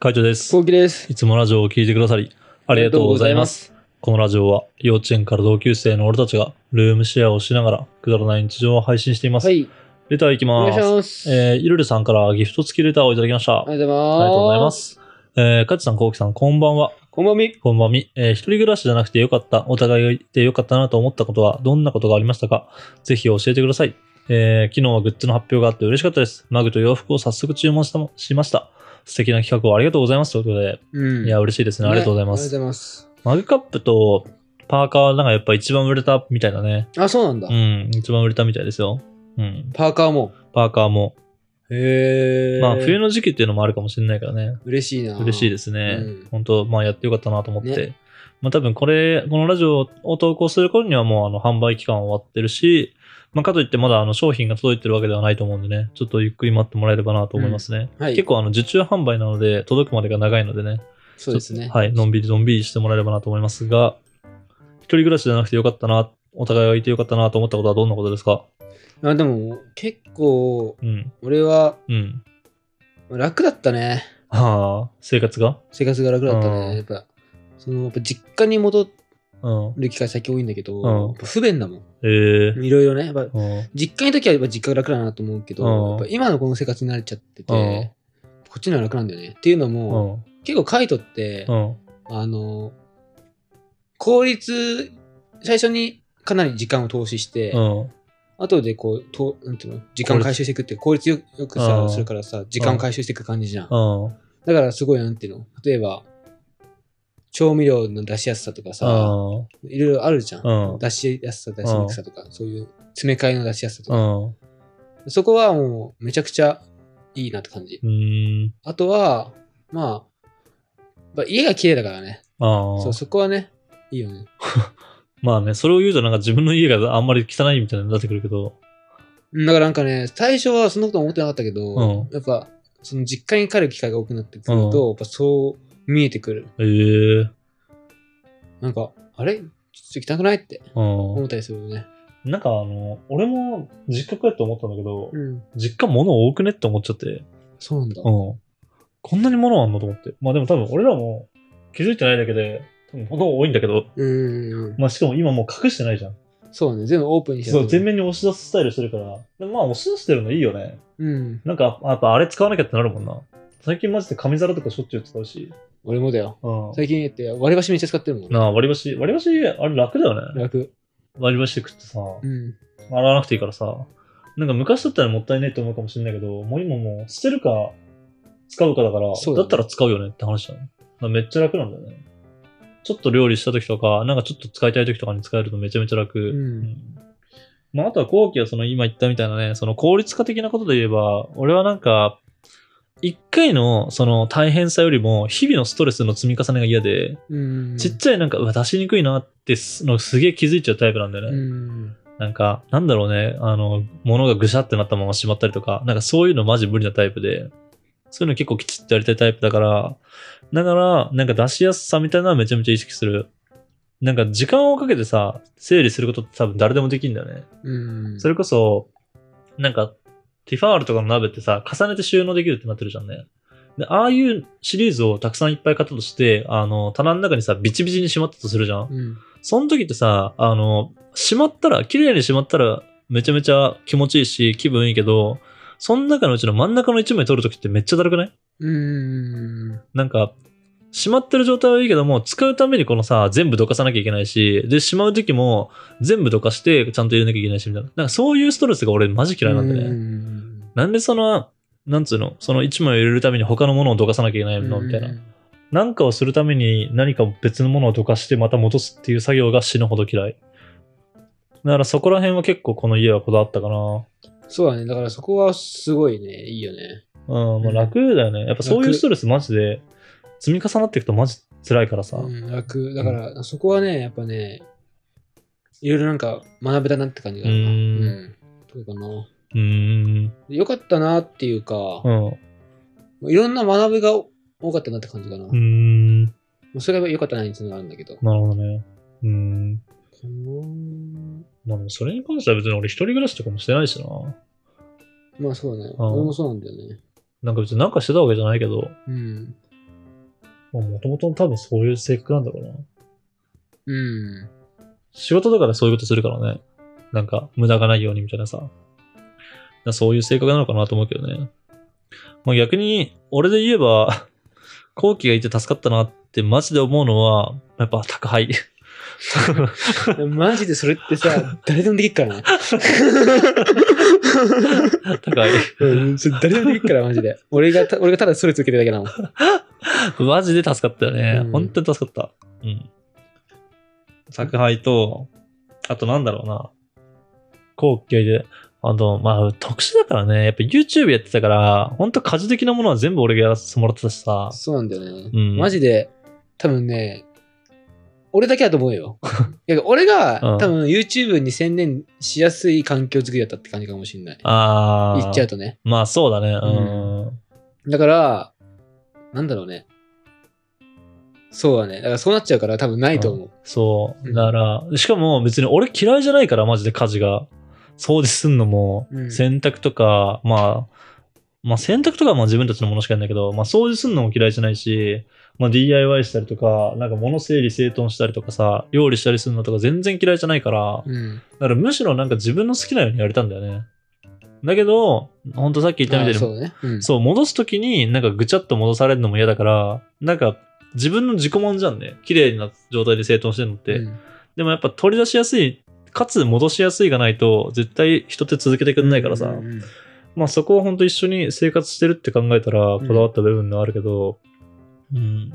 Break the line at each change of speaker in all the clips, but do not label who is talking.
会長です。
こうきです。
いつもラジオを聞いてくださり、あ
あ
りがとうございます。
す。
このラジオは、幼稚園から同級生の俺たちが、ルームシェアをしながら、くだらない日常を配信しています。
はい。
レターいき
お
ま
願いし
す。
ます。
えー、ゆるるさんからギフト付きレターをいただきました。あ
あ
り
りがとうございます。
がとうございま。す。えー、かちさん、こうきさん、こんばんは。
こんばんみ。
こんばんみ。えー一人暮らしじゃなくてよかった、お互いがいてよかったなと思ったことは、どんなことがありましたかぜひ教えてください。えー昨日はグッズの発表があって嬉しかったです。マグと洋服を早速注文したもしました。素敵な企画をありがとうございます。ということで、
うん
いや、嬉しいですね。ありがとうございま
あり
す。
がとうございます。
マグカップとパーカーはなんかやっぱ一番売れたみたいだね。
あ、そうなんだ
う。ん、一番売れたみたいですよ。うん、
パーカーも。
パーカーも。
へえ。
まあ、冬の時期っていうのもあるかもしれないからね。
嬉しいな。。
嬉しいですすね。
うん
本当まあやってよかったなと思って。
ね
まあ多分これ、このラジオを投稿する頃にはもうあの販売期間は終わってるし、まあかといってまだあの商品が届いてるわけではないと思うんでね、ちょっとゆっくり待ってもらえればなと思いますね。
うんはい
結構あの受注販売なので届くまでが長いのでね、
そうですね。
ちょっとはい、のんびりのんびりしてもらえればなと思いますが、一人暮らしじゃなくてよかったな、お互いがいてよかったなと思ったことはどんなことですか
あでも、結構、
うん、
俺は
うん。
楽だったね。
はあ、生活が
生活が楽だった
うん
ね。やっぱ、その、やっぱ実家に戻
うん。
る機会先多いんだけど、
うん
やっぱ不便だも
ええ
ん。いろいろね。やっぱ
うん。
実家の時はやっぱ実家が楽だなと思うけ
うん
ど、やっぱ今のこの生活に慣れちゃって
う
て、こっちの方が楽なんだよね。っていうの
う
も、
ん。
結構カイトって
う、ん。
あの、効率、最初にかなり時間を投資して、
うん。
後でこう、となんていうの、時間を回収していくって効率よよく
う
さ、
ん
するからさ、時間を回収していく感じじゃん。
うん。
だからすごい、なんていうの、例えば、調味料の出しやすさとかさ、
あ
いろいろあるじゃ。
うんん
出しやすさ、出しにくさとか、そういう詰め替えの出しやすさと
う
か。
ん。う
そこはもう、めちゃくちゃいいなって感じ。
ーん。
あとは、まあ、まあ家が綺麗だからね。
ああ
そう、。そこはね、いいよね。
まあね、それを言うとなんか自分の家があんまり汚いみたいになってくるけど。
うんだからなんかね、最初はそんなこと思ってなかったけど、
うん
やっぱ、その実家に帰る機会が多くなってくると、やっぱそう見えてくる。
ええ
なんか、あれちょっと行きたくないって
う
思ったりするよね。
ん。なんかあの、俺も実家帰って思ったんだけど、
うん。
実家物多くねって思っちゃって。
そうなんだ。
うん。こんなに物あんのと思って。まあでも多分俺らも気づいてないだけで、多分物多いんだけど、
うんうんうん。
まあしかも今もう隠してないじゃん。
そうね、全部オープンにしちゃ
そう、全
部。
面に押し出すスタイルしてるから。でもまあ押し出してるのいいよね。
うん。
なんかやっぱあれ使わなきゃってなるもんな。最近マジで紙皿とかしょっちゅう使うし。
俺もだよ。
うん。
最近やって割り箸めっちゃ使ってるもん。
なあ、割り箸、割り箸、あれ楽だよね。
楽。
割り箸で食ってさ、
うん。
洗わなくていいからさ、なんか昔だったらもったいないと思うかもしれないけど、もう今もう捨てるか使うかだから、
そうだ
だ
ね
ったら使うよねって話だね。だからめっちゃ楽なんだよね。ちょっと料理した時とか、なんかちょっと使いたい時とかに使えるとめちゃめちゃ楽。
うん
まあ、あとは後期はその今言ったみたいなね、その効率化的なことで言えば、俺はなんか、一回のその大変さよりも、日々のストレスの積み重ねが嫌で、
うん。
ちっちゃいなんか、うわ、出しにくいなってすのすげえ気づいちゃうタイプなんだよ
う
ね。
ん。
なんか、なんだろうね、あの、物がぐしゃってなったまましまったりとか、なんかそういうのマジ無理なタイプで、そういうの結構きちっとやりたいタイプだから、だから、なんか出しやすさみたいなのはめちゃめちゃ意識する。なんか時間をかけてさ、整理することって多分誰でもできるんだよね。
うん。
それこそ、なんか、ティファールとかの鍋ってさ、重ねて収納できるってなってるじゃんね。で、ああいうシリーズをたくさんいっぱい買ったとして、あの、棚の中にさ、ビチビチにしまったとするじゃん。
うん。
その時ってさ、あの、しまったら、綺麗にしまったら、めちゃめちゃ気持ちいいし、気分いいけど、その中のうちの真ん中の一枚取る時ってめっちゃだるくない
うん。
なんか、しまってる状態はいいけども、使うためにこのさ、全部どかさなきゃいけないし、で、しまう時も、全部どかして、ちゃんと入れなきゃいけないし、みたいな。なんかそういうストレスが俺マジ嫌いなんでね。
うん
なんでその、なんつうの、その1枚を入れるために他のものをどかさなきゃいけないのみたいな。。なんかをするために何か別のものをどかしてまた戻すっていう作業が死ぬほど嫌い。だからそこら辺は結構この家はこだわったかな。
そうだね。だからそこはすごいね、いいよね。
うん、ま
う
あ
ん
楽だよね。やっぱそういう
楽
ストレスマジで積み重なっていくとマジ辛いからさ。
うん、楽。だから、そこはね、やっぱね、いろいろなんか学べたなって感じがあ
う
るな。
ーん
うん。どうかな。
うーん。
よかったなっていうか、
うん。う
いろんな学びが多かったなって感じかな。
ーん。な
それが良かったなにつながるんだけど。か
るほどね。うーん。
な
まあでもそれに関しては別に俺一人暮らしとかもしてないしな。
まあそうだね。
うん
俺もそうなんだよね。
なんか別になんかしてたわけじゃないけど、
うん。
もともと多分そういう性格なんだろうな。
うん。
仕事だからそういうことするからね。なんか、無駄がないようにみたいなさ。だからそういう性格なのかなと思うけどね。まあ、逆に、俺で言えば、 後期がいて助かったなってマジで思うのは、やっぱ宅 配。
マジでそれってさ、誰でもできっ からね。
宅配。
うん、それ誰でもできっから、マジで。俺がた、俺がただそれ続けてるだけなの。
マジで助かったよね。
うん
本当に助かった。うん。宅配と、あとなんだろうな。後期がいて、あと、まあ、特殊だからね。やっぱ YouTube やってたから、本当家事的なものは全部俺がやらせてもらってたしさ。
そうなんだよね。
うん
マジで、多分ね、俺だけだと思 うよ。いや俺が、
うん
多分 YouTube に専念しやすい環境作りだったって感じかもしれない。
ああ。
言っちゃうとね。
まあそうだね。う
う
ん。
んだから、なんだろうね。そうだね。だからそうなっちゃうから多分ないと思う。
そう。
うん
だから、しかも別に俺嫌いじゃないから、マジで家事が。掃除すんのも、
うん
洗濯とか、まあ、まあ洗濯とかはまあ自分たちのものしかないんだけど、まあ掃除すんのも嫌いじゃないし、まあ DIY したりとか、なんか物整理整頓したりとかさ、料理したりするのとか全然嫌いじゃないから、
うん。
だからむしろなんか自分の好きなようにやれたんだよね。だけど、ほんとさっき言ったみた
あ
いに
そうだね。うん。
そう、戻すときになんかぐちゃっと戻されるのも嫌だから、なんか自分の自己満じゃんね。綺麗な状態で整頓してるのって。
うん
でもやっぱ取り出しやすい、かつ戻しやすいがないと、絶対人って続けてくんないからさ。
うんうんうん
まあそこは本当一緒に生活してるって考えたら、こ
ん
だわった部分があるけど、うん。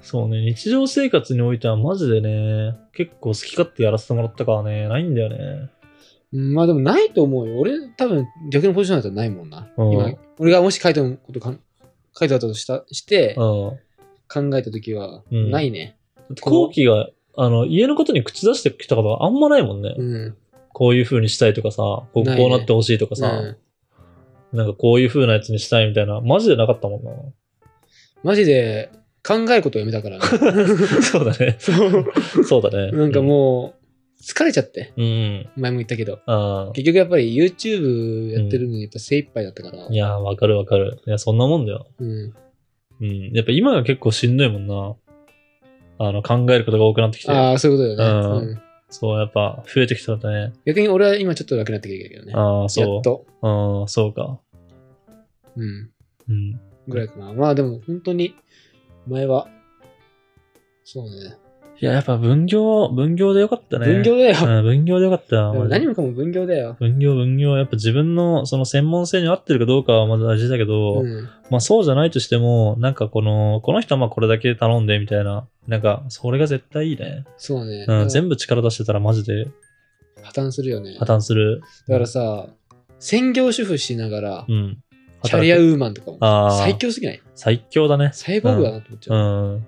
そうね、日常生活においてはマジでね、結構好き勝手やらせてもらったからね、ないんだよね。
うんまあでもないと思うよ。俺多分逆のポジションだったらないもんな。
うん
今、俺がもし書いてることかん、書いてあったとした、して、
うん。
考えたときは、
うん
ないね。
後期が、あの、家のことに口出してきたことがあんまないもんね。
うん。
こういう風にしたいとかさ、こう
ないね
こうなってほしいとかさ、
うん
なんかこういう風なやつにしたいみたいな、マジでなかったもん な。
マジで考えることをやめたから ね、
そうだね。そうだね。
なんかもう、疲れちゃって、
うん。うん。
前も言ったけど。
あ
結局やっぱり YouTube やってるのにやっぱ精一杯だったから。
あ。いやー、わかるわかる。いや、そんなもんだよ。
うん。
うん。やっぱ今が結構しんどいもんな。あの、考えることが多くなってきて。
ああ、そういうことだよね。
うん
うん
そう、やっぱ増えてきたね。
逆に俺は今ちょっと楽になってきてるけどね。
ああ、
や
そ
っと。
う。ああ、そうか。
うん。
うん。
ぐらいかな。まあでも本当に、前は、そうね。
いや、やっぱ分業、分業でよかったね。
分業だよ。
うん、分業でよかったよ。マジで
何もかも分業だよ。
分業分業やっぱ自分のその専門性に合ってるかどうかはまず大事だけど、
うん。
まあそうじゃないとしてもなんかこのこの人はまあこれだけ頼んでみたいななんかそれが絶対いいね、
そうね。
うん、
部
全部力出してたらマジで
破綻するよね。
破綻する
だからさ、専業主婦しながら
う、ん
キャリアウーマンとかも
あー
最強すぎない
最強だね
サイボーグだなと思っちゃ
う
う。
ん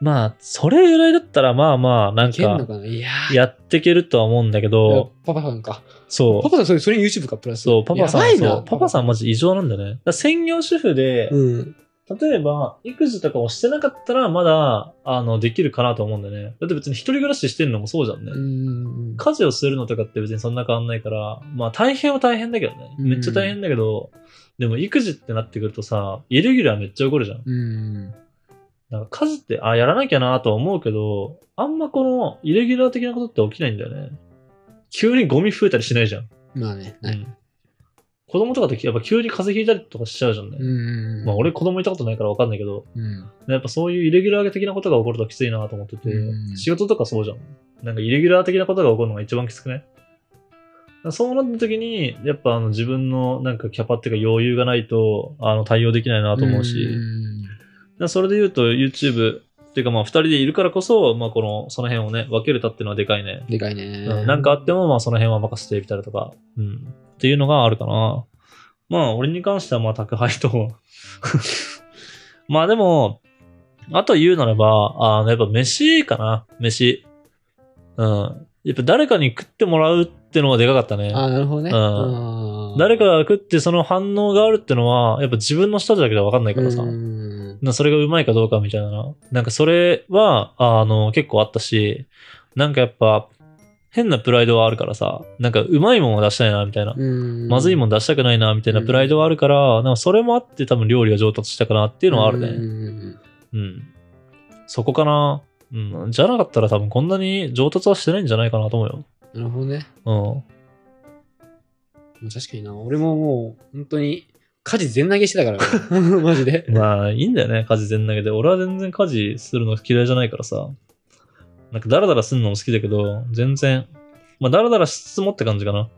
まあそれぐらいだったらまあまあなん
いけんの
か
かないやー
やっていけるとは思うんだけど
パパさんか。
そう
パパさん、それそれに YouTube か、プラス。
そうパパさ
やば
ん
い
そう
な。
パパさんマジ異常なんだよねだから専業主婦で、
うん。
例えば、育児とかをしてなかったら、まだ、あの、できるかなと思うんだよね。だって別に一人暮らししてるのもそうじゃんね。
うん。
家事をするのとかって別にそんな変わんないから、まあ大変は大変だけどね。
うん
めっちゃ大変だけど、でも育児ってなってくるとさ、イレギュラーめっちゃ起こるじゃん。
うん。
なんか家事って、あ、やらなきゃなとは思うけど、あんまこの、イレギュラー的なことって起きないんだよね。急にゴミ増えたりしないじゃん。
まあね。
う
はい
ん子供とかってやっぱ急に風邪ひいたりとかしちゃうじゃんね。
うん。
まあ俺子供いたことないからわかんないけど、
うん。
やっぱそういうイレギュラー的なことが起こるときついなと思ってて、
うん
仕事とかそうじゃん。なんかイレギュラー的なことが起こるのが一番きつくねだからそうなった時に、やっぱあの自分のなんかキャパっていうか余裕がないとあの対応できないなと思うし、だからそれで言うと YouTube っていうかまあ2人でいるからこそ、まあこの、その辺をね、分けれたっていうのはでかいね。
でかいね
うん。なんかあってもまあその辺は任せてみたいなとか、うん。っていうのがあるかな。まあ俺に関しては まあ宅配と。まあでも、あと言うならば、あのやっぱ飯かな。飯。うん。やっぱ誰かに食ってもらうってのはでかかったね。
ああ、なるほどね。
うん
あー
誰かが食ってその反応があるってのは、やっぱ自分の舌だけでは分かんないからさ。
うん
なそれがうまいかどうかみたいな。なんかそれは、あの、結構あったし、なんかやっぱ、変なプライドはあるからさ、なんかうまいもんは出したいな、みたいな。
うん。
まずいも
んっ
ん出したくないな、みたいな
うん
プライドはあるから、なんかそれもあって多分料理が上達したかなって
て
いうのはあるね。
ね。
うん。そこかな。うん。じゃなかったら多分こんなに上達はしてないんじゃないかなと思う
なるほどね。
よ。
まあ確かにな。俺ももう、本当に、家事全投げして たからね。マジで
う。ん。まあ、いいんだよね。家事全投げで。俺は全然家事するの嫌いじゃないからさ。なんかダラダラするのも好きだけど、全然。まあ、ダラダラしつつもって感じかな。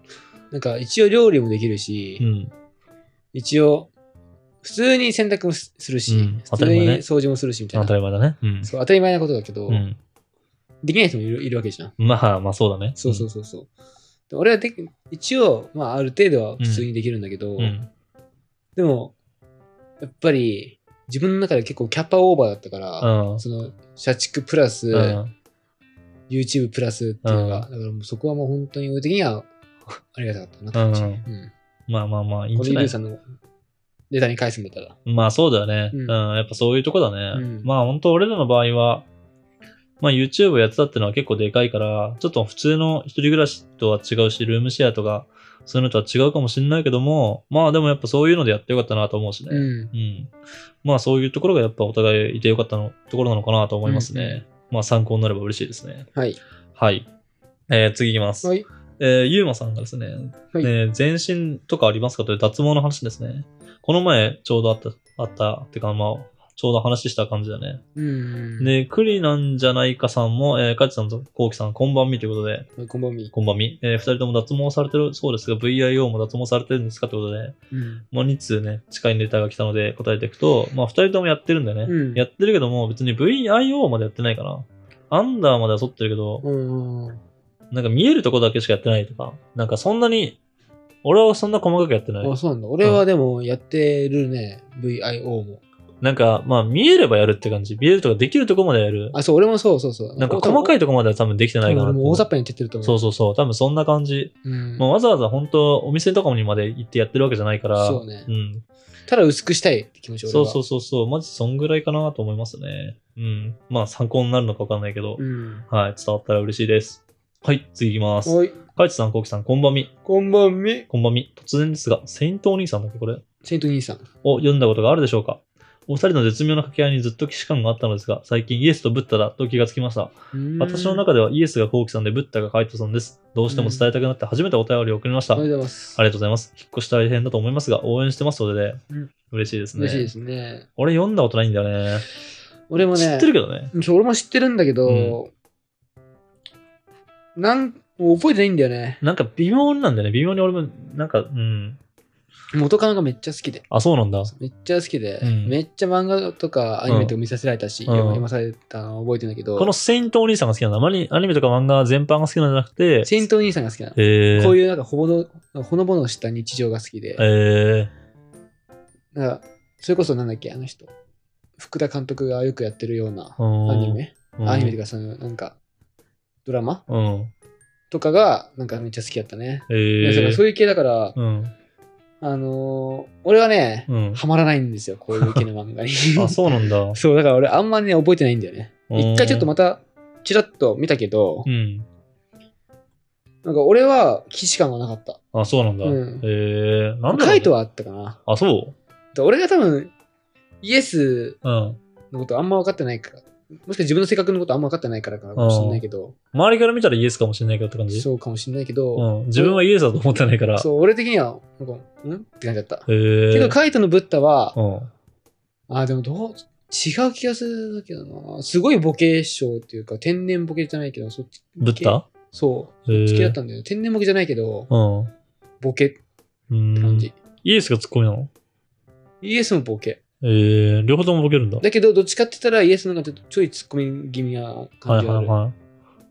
なんか、一応料理もできるし、
うん。
一応、普通に洗濯もすするし、
うん
普
当
通
たり
に
前ね
掃除もするし、みたい
当
な。
たり前だね。うん。
そう当たり前なことだけど、
うん。
できない人もいるいるわけじゃん。
まあ、まあそうだね。
そうそうそうそう。で俺はでき一応、まあ、ある程度は普通にできるんだけど、
うん。うん。
でも、やっぱり、自分の中で結構キャパオーバーだったから、
うん。
その、社畜プラス、
うん。
YouTube プラスっていうのが、
う
だからもうそこはもう本当に俺的には、ありがたかったなって感じ。
うん
うん
まあまあまあ、いいん
こ
じゃな
れ、ゆう
い
さんのデータに返すんだったら。
まあそうだよね。
う
うんん、やっぱそういうとこだね。
うん
まあ本当俺らの場合は、まあ YouTube やってたってのは結構でかいから、ちょっと普通の一人暮らしとは違うし、ルームシェアとか、そういうのとは違うかもしれないけども、まあでもやっぱそういうのでやってよかったなと思うしね。。
うんん。
まあそういうところがやっぱお互いいてよかったのところなのかなと思いますね。まあ参考になれば嬉しいですね。
はい。
はい。えー、次いきます。
はい。
えー、ゆうまさんがですね、
はい
ね全身とかありますかという脱毛の話ですね。この前、ちょうどあった、あった、ってか、まあ、ちょうど話した感じだね。
うん。
で、クリなんじゃないかさんも、えー、かちさんとこうきさん、こんばんみということで、
はい、こんばんみ。
こんばんみ。えー、二人とも脱毛されてるそうですが、VIO も脱毛されてるんですかということで、
うん。
もう2通ね、近いネタが来たので答えていくと、まあ、二人ともやってるんだよね。
うん
やってるけども、別に VIO までやってないかな。アンダーまでは剃ってるけど、
うん。
なんか見えるとこだけしかやってないとか、なんかそんなに、俺はそんな細かくやってない
あ、。そうなんだ。俺はでもやってるね、VIO も。
なんか、まあ見えればやるって感じ。見えるとかできるとこまでやる。
あ、そう、俺もそうそうそう。
なんか細か
い
いとこまでは多分できてないかな
俺
と
も大
思
雑
う。
把にやってると思う。
そうそうそう。多分そんな感じ。
うん
まあ、わざわざ本当お店とかにまで行ってやってるわけじゃないから。
そうね
ん。
ただ薄くしたいって気持ち俺
そ
は。
うそうそうそう。マジそんぐらいかなと思いますね。うん。まあ参考になるのかわかんないけど。
うん。
はい。伝わったら嬉しいです。はい。次行きます。
おい、
かいちさん、こうきさん、こんばんみ。
こんばんみ。
こんばんみ。突然ですが、セイントお兄さんだっけこれ。
セイント兄さん。
を読んだことがあるでしょうかお二人の絶妙な掛け合いにずっと既視感があったのですが、最近イエスとブッダだと気がつきました。私の中ではイエスがコウキさんでブッダがカイトさんです。どうしても伝えたくなって初めてお便りを送りました。
お
あ
め
り
でとうございます。
がとうございます。引っ越し大変だと思いますが、応援してますのでね、
うん
嬉しいですね。
嬉しいですね。
俺読んだことないんだよね。
俺もね、
知ってるけどね。
そう俺も知ってるんだけど、なん、もう覚えてないんだよね。
なんか微妙なんだよね。微妙に俺も、なんか、うん。
元カノがめっちゃ好きで。
あ、そうなんだ。
めっちゃ好きで、
うん
めっちゃ漫画とかアニメとか見させられたし、
うんうん
読まされたの覚えてんだけど、
このセイントお兄さんが好きなんだ。あまりアニメとか漫画全般が好きなんじゃなくて、
セイントお兄さんが好きなの。
えー、
こう
いう。
いうなんかほぼの、ほのぼのした日常が好きで、
え
なんかそれこそなんだっけ、あの人。福田監督がよくやってるような
ー、うん
アニメ、
うん
アニメとかその、なんか、ドラマ
うん。
とかが、なんかめっちゃ好きだったね。
え
いや
ー、
だからそういう系だから、
うん。
あのー俺はね、
うん。
ハマらないんですよ、こういう系の漫画に。
あ、そうなんだ。
そう、だから俺あんまね、覚えてないんだよね。
うん
一回ちょっとまた、ちらっと見たけど
う、ん。
なんか俺は既視感がなかった。
あ、そうなんだ。
うん
えー、なんだろうね
カイトはあったかな。
あ、そ
で俺が多分、イエス
ううん。
のことあんま分かってないから、もしかして自分の性格のことあんま分かってないからかもしれないけど、
周りから見たらイエスかもしれないけどって感じ
そうかもしれないけど、
うん。自分はイエスだと思ってないから。
そう、俺的には、なんか、んって感じだった。
えー、
けど、カイトのブッダは、
うん。
あー、でもどう、違う気がするんだけどな。すごいボケ症っていうか、天然ボケじゃないけど、そっち。
ブッダ
そう。
え
好きだっ
ー、
たんだよね。天然ボケじゃないけど、
うん。う
ボケって
ーん
感じ。
イエスがツッコミなの
イエスもボケ。
えー、両方ともボケるんだ。
だけど、どっちかって言ったらイエスの方がちょっとちょいツッコミ気味な
は
感
い
じがあ
はい
る。
はい。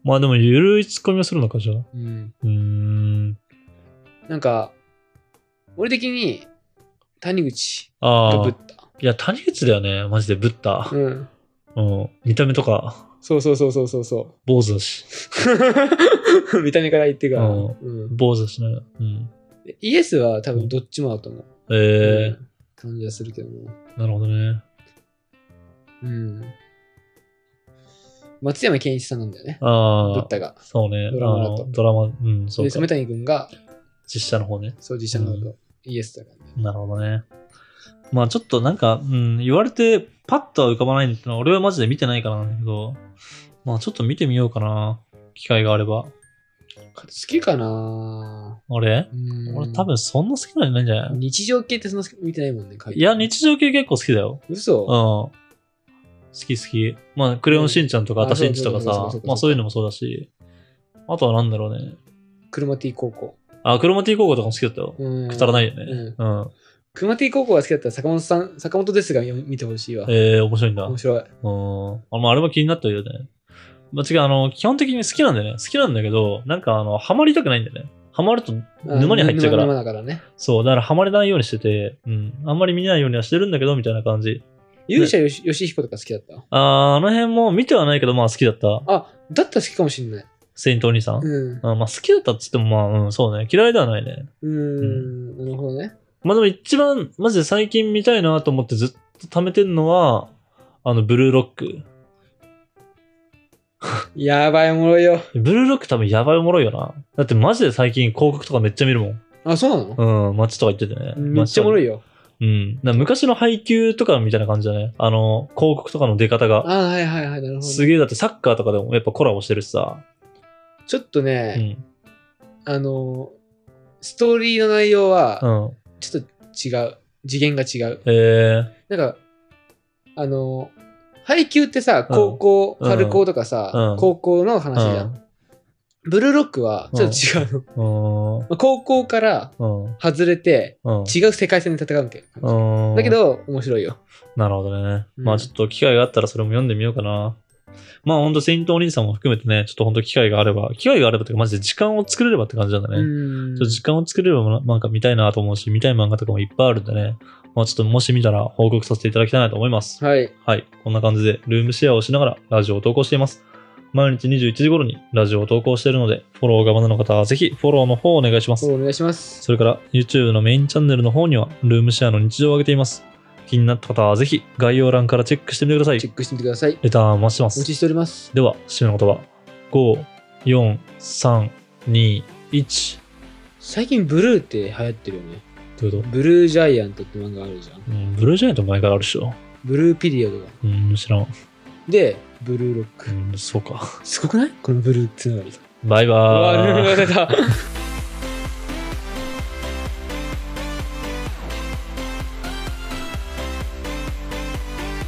まあでも、ゆるいツッコミをするのか、じゃあ。う
うん。
ーん。
なんか、俺的に、谷口と
あ
ブ
あ
ッ。ダ。
いや、谷口だよね、マジで、ブッダ。
うん。
うん。見た目とか、
そうそうそうそうそう そ
坊主だし。
う。見た目から言ってか
う
ら。
ん
うん
坊主だしね。うん。
でイエスは多分どっちもだと思う。
えー、
うん感じはするけども。
なるほどね。
うん。松山ケンイチさんなんだよね。ブ
あ
ッ
あ、
ダが。
そうね。
ドラマだと
あのドラマ、うん、そう
で、
か
染。谷君が
実写の方ね。
そう、実写のこと、イエスだからね。
なるほどね。まあちょっとなんか、うん、言われてパッとは浮かばないんだけど、俺はマジで見てないからなんだけど、まあちょっと見てみようかな。機会があれば。
好きかな
俺
うん
俺多分そんな好きなんじゃないんじゃない
日常系ってそんな見てないもんね、
いや、日常系結構好きだよ。
嘘、
うん。好き好き。まあ、クレヨンしんちゃんとか、
うん
あたしんちとか
あそうそう
さ
そうそうそう、
まあそういうのもそうだし、あとはなんだろうね。
クロマティ高校。
あ、クロマティ高校とかも好きだったよ。
うん。
くだらないよ
う
ね
ん。
うん。
クロマティ高校が好きだったら坂本さん、坂本ですが見てほしいわ。
えー、面白いんだ。う
面白
ん。
い。
あまあ、あれも気になってるよね。まあ、違う、あの、基本的に好きなんだよね。好きなんだけど、なんか、あの、ハマりたくないんだよね。ハマると沼に入っちゃうか
沼
ら。
だからね。
そう、だからハマれないようにしてて、うん。あんまり見ないようにはしてるんだけど、みたいな感じ。
勇者よし、よしひこ、とか好きだった。
あーあの辺も見てはないけど、まあ好きだった。
あ、だったら好きかもしんない。
セイントお兄さん。
うん。
あまあ好きだったっつっても、まあ、うん、そうね。嫌いではないね。
うーん。なるほどね。
まあでも一番、マジで最近見たいなと思ってずっと貯めてるのは、あの、ブルーロック。
やばい、おもろいよ。
ブルーロック多分やばいおもろいよな。だってマジで最近広告とかめっちゃ見るもん。
あ、そうなの、
うん、街とか行っててね。
めっちゃおもろ
い。
いよ。
うん。だから昔の配給とかみたいな感じだね。あの、広告とかの出方が。
あ、はいはいはい、なるほど。
すげえ、だってサッカーとかでもやっぱコラボしてるしさ。
ちょっと
う
ね、
ん。
あの、ストーリーの内容
う
は、
ん。
ちょっと違う。次元が違う。
えー、
なんか、あの、配給ってさ、高校、
うん
春高とかさ、
うん
高校の話じゃん。ブルーロックは、ちょっと違う
うん。う
の。
ん。
まあ高校から
うん。
外れて、
うん。
違う世界線で戦うみたいな感
うん
じ。だけ、ど、面白いよ。
なるほどね。
うん
まあちょっと機会があったらそれも読んでみようかな。まあほんとセイントお兄さんも含めてね、ちょっとほんと機会があれば、機会があればっていうかマジで時間を作れればって感じなんだね。
うん
ちょっと時間を作れればななんか見たいなと思うし、見たい漫画とかもいっぱいあるんでね、まあ、ちょっともし見たら報告させていただきたいなと思います。
はい。
はい、こんな感じでルームシェアをしながらラジオを投稿しています。毎日21時頃にラジオを投稿しているので、フォローがまだの方はぜひフォローの方をお願いします。
お願いします。
それから YouTube のメインチャンネルの方にはルームシェアの日常を上げています。気になった方はぜひ概要欄からチェックしてみてください
チェ。ックしてみてください。
レター待ちしてま
お
す
待。ちしております。
では、締めの言葉。5、4、3、2、1。
最近ブルーって流行ってるよね。
どういうこ
ブルージャイアントって漫画あるじゃん。
とうん、ブルージャイアント前からあるでしょ。
ブルーピリオドが。
うん、知らん。
で、ブルーロック
う。ん、そうか。
すごくないこのブルーつながり。
バイ
あ
バーイ。
あ、出た。